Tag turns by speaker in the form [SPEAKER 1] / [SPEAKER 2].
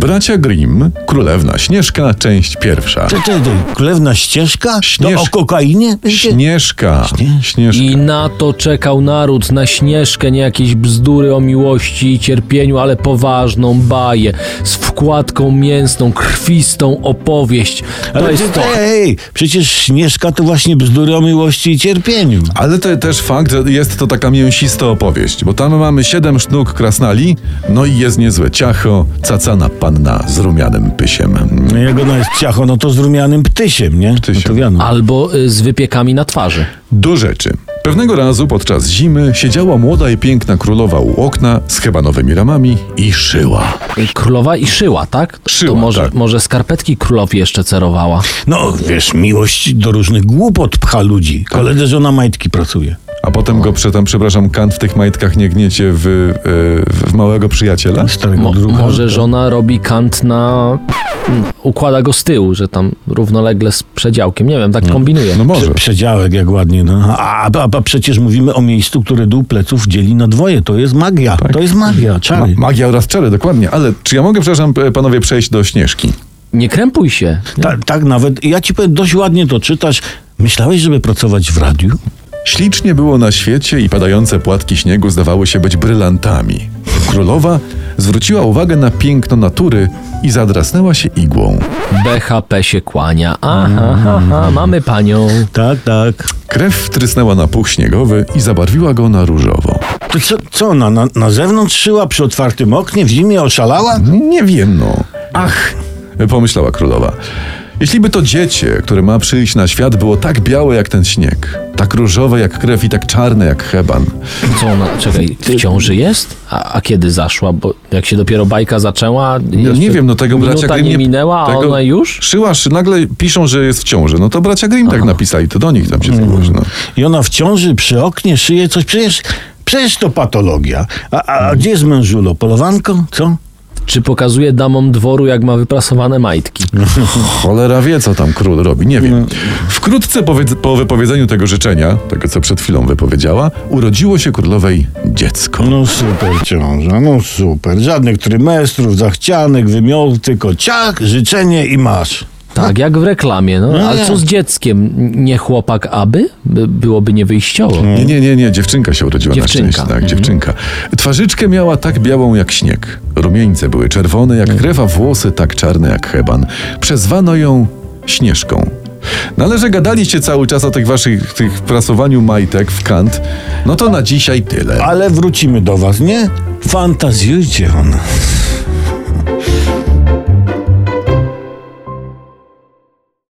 [SPEAKER 1] Bracia Grimm, Królewna Śnieżka, część pierwsza.
[SPEAKER 2] Czy to, to królewna ścieżka?
[SPEAKER 1] Śnież-
[SPEAKER 2] To o kokainie? będzie?
[SPEAKER 1] Śnieżka. Śnieżka.
[SPEAKER 3] I na to czekał naród, na śnieżkę, nie jakieś bzdury o miłości i cierpieniu, ale poważną baję, z wkładką mięsną, krwistą opowieść. To
[SPEAKER 2] Ale
[SPEAKER 3] jest
[SPEAKER 2] ty,
[SPEAKER 3] to.
[SPEAKER 2] ej, ej, przecież Śnieżka to właśnie bzdury o miłości i cierpieniu.
[SPEAKER 1] Ale to też fakt, że jest to taka mięsista opowieść, bo tam mamy siedem sznuk krasnali, no i jest niezłe ciacho, cacana panna z rumianym pysiem. Mm,
[SPEAKER 2] No Jak ona jest ciacho, no to z rumianym ptysiem, nie?
[SPEAKER 1] Ptysiem.
[SPEAKER 2] No to wiadomo.
[SPEAKER 3] Albo y, z wypiekami na twarzy.
[SPEAKER 1] Do rzeczy. Pewnego razu podczas zimy siedziała młoda i piękna królowa u okna z hebanowymi ramami i szyła.
[SPEAKER 3] Y, Królowa i szyła, tak? To-
[SPEAKER 1] Szyła,
[SPEAKER 3] to może,
[SPEAKER 1] tak.
[SPEAKER 3] może skarpetki królowi jeszcze cerowała.
[SPEAKER 2] No, wiesz, miłość do różnych głupot pcha ludzi.
[SPEAKER 1] Tak.
[SPEAKER 2] Koledze żona majtki pracuje.
[SPEAKER 1] A potem go, prze, tam, przepraszam, kant w tych majtkach nie gniecie w, y, w małego przyjaciela?
[SPEAKER 2] Starego
[SPEAKER 3] Mo,
[SPEAKER 2] druga.
[SPEAKER 1] Tak.
[SPEAKER 3] może żona robi kant na... mm, Układa go z tyłu, że tam równolegle z przedziałkiem. Nie wiem, tak kombinuje.
[SPEAKER 1] No może.
[SPEAKER 2] Prze- Przedziałek, jak ładnie. No. A, a, a przecież mówimy o miejscu, które dół pleców dzieli na dwoje. To jest magia. To jest magia,
[SPEAKER 1] Tak. Ma,
[SPEAKER 2] czary.
[SPEAKER 1] magia oraz czary, dokładnie. Ale czy ja mogę, przepraszam, p- panowie, przejść do Śnieżki?
[SPEAKER 3] Nie krępuj się.
[SPEAKER 2] Ta, tak nawet, ja ci powiem, dość ładnie to czytasz. Myślałeś, żeby pracować w radiu?
[SPEAKER 1] Ślicznie było na świecie i padające płatki śniegu zdawały się być brylantami. Królowa zwróciła uwagę na piękno natury i zadrasnęła się igłą.
[SPEAKER 3] BHP się kłania. Aha, aha, mamy panią.
[SPEAKER 2] Tak, tak.
[SPEAKER 1] Krew wtrysnęła na puch śniegowy i zabarwiła go na różowo.
[SPEAKER 2] To co, co ona na, na zewnątrz szyła przy otwartym oknie, w zimie oszalała?
[SPEAKER 1] Nie wiem, no. Ach, pomyślała królowa. Jeśli by to dziecię, które ma przyjść na świat, było tak białe jak ten śnieg, tak różowe jak krew i tak czarne jak heban.
[SPEAKER 3] Co ona, czekaj, w ciąży jest? A, a kiedy zaszła? Bo jak się dopiero bajka zaczęła,
[SPEAKER 1] Ja
[SPEAKER 3] jeszcze
[SPEAKER 1] nie wiem, no tego bracia
[SPEAKER 3] minuta
[SPEAKER 1] Grimm
[SPEAKER 3] nie minęła, a
[SPEAKER 1] tego-
[SPEAKER 3] ona już?
[SPEAKER 1] Szyła, szy, nagle piszą, że jest w ciąży. No to bracia Grimm tak napisali, to do nich tam się zgłosi. No.
[SPEAKER 2] I ona w ciąży, przy oknie szyje coś. Przecież, przecież to patologia. A, a, a gdzie jest mężulo? Polowanko? Co?
[SPEAKER 3] Czy pokazuje damom dworu, jak ma wyprasowane majtki?
[SPEAKER 1] Cholera wie, co tam król robi, nie
[SPEAKER 3] No.
[SPEAKER 1] wiem. Wkrótce powiedz, po wypowiedzeniu tego życzenia, tego co przed chwilą wypowiedziała, urodziło się królowej dziecko.
[SPEAKER 2] No super ciąża, no super. Żadnych trymestrów, zachcianek, wymiotów, tylko ciach, życzenie i masz.
[SPEAKER 3] Tak, jak w reklamie, no. Ale co z dzieckiem? Nie chłopak aby? By, byłoby niewyjściowo.
[SPEAKER 1] Nie, nie, nie, nie, dziewczynka się urodziła
[SPEAKER 3] Dziewczynka.
[SPEAKER 1] na szczęście. Tak, dziewczynka. Twarzyczkę miała tak białą jak śnieg. Rumieńce były czerwone jak krew, a włosy tak czarne jak heban. Przezwano ją Śnieżką. No ale że gadaliście cały czas o tych waszych, tych prasowaniu majtek w kant, no to na dzisiaj tyle.
[SPEAKER 2] Ale wrócimy do was, nie? Fantazjujcie ona.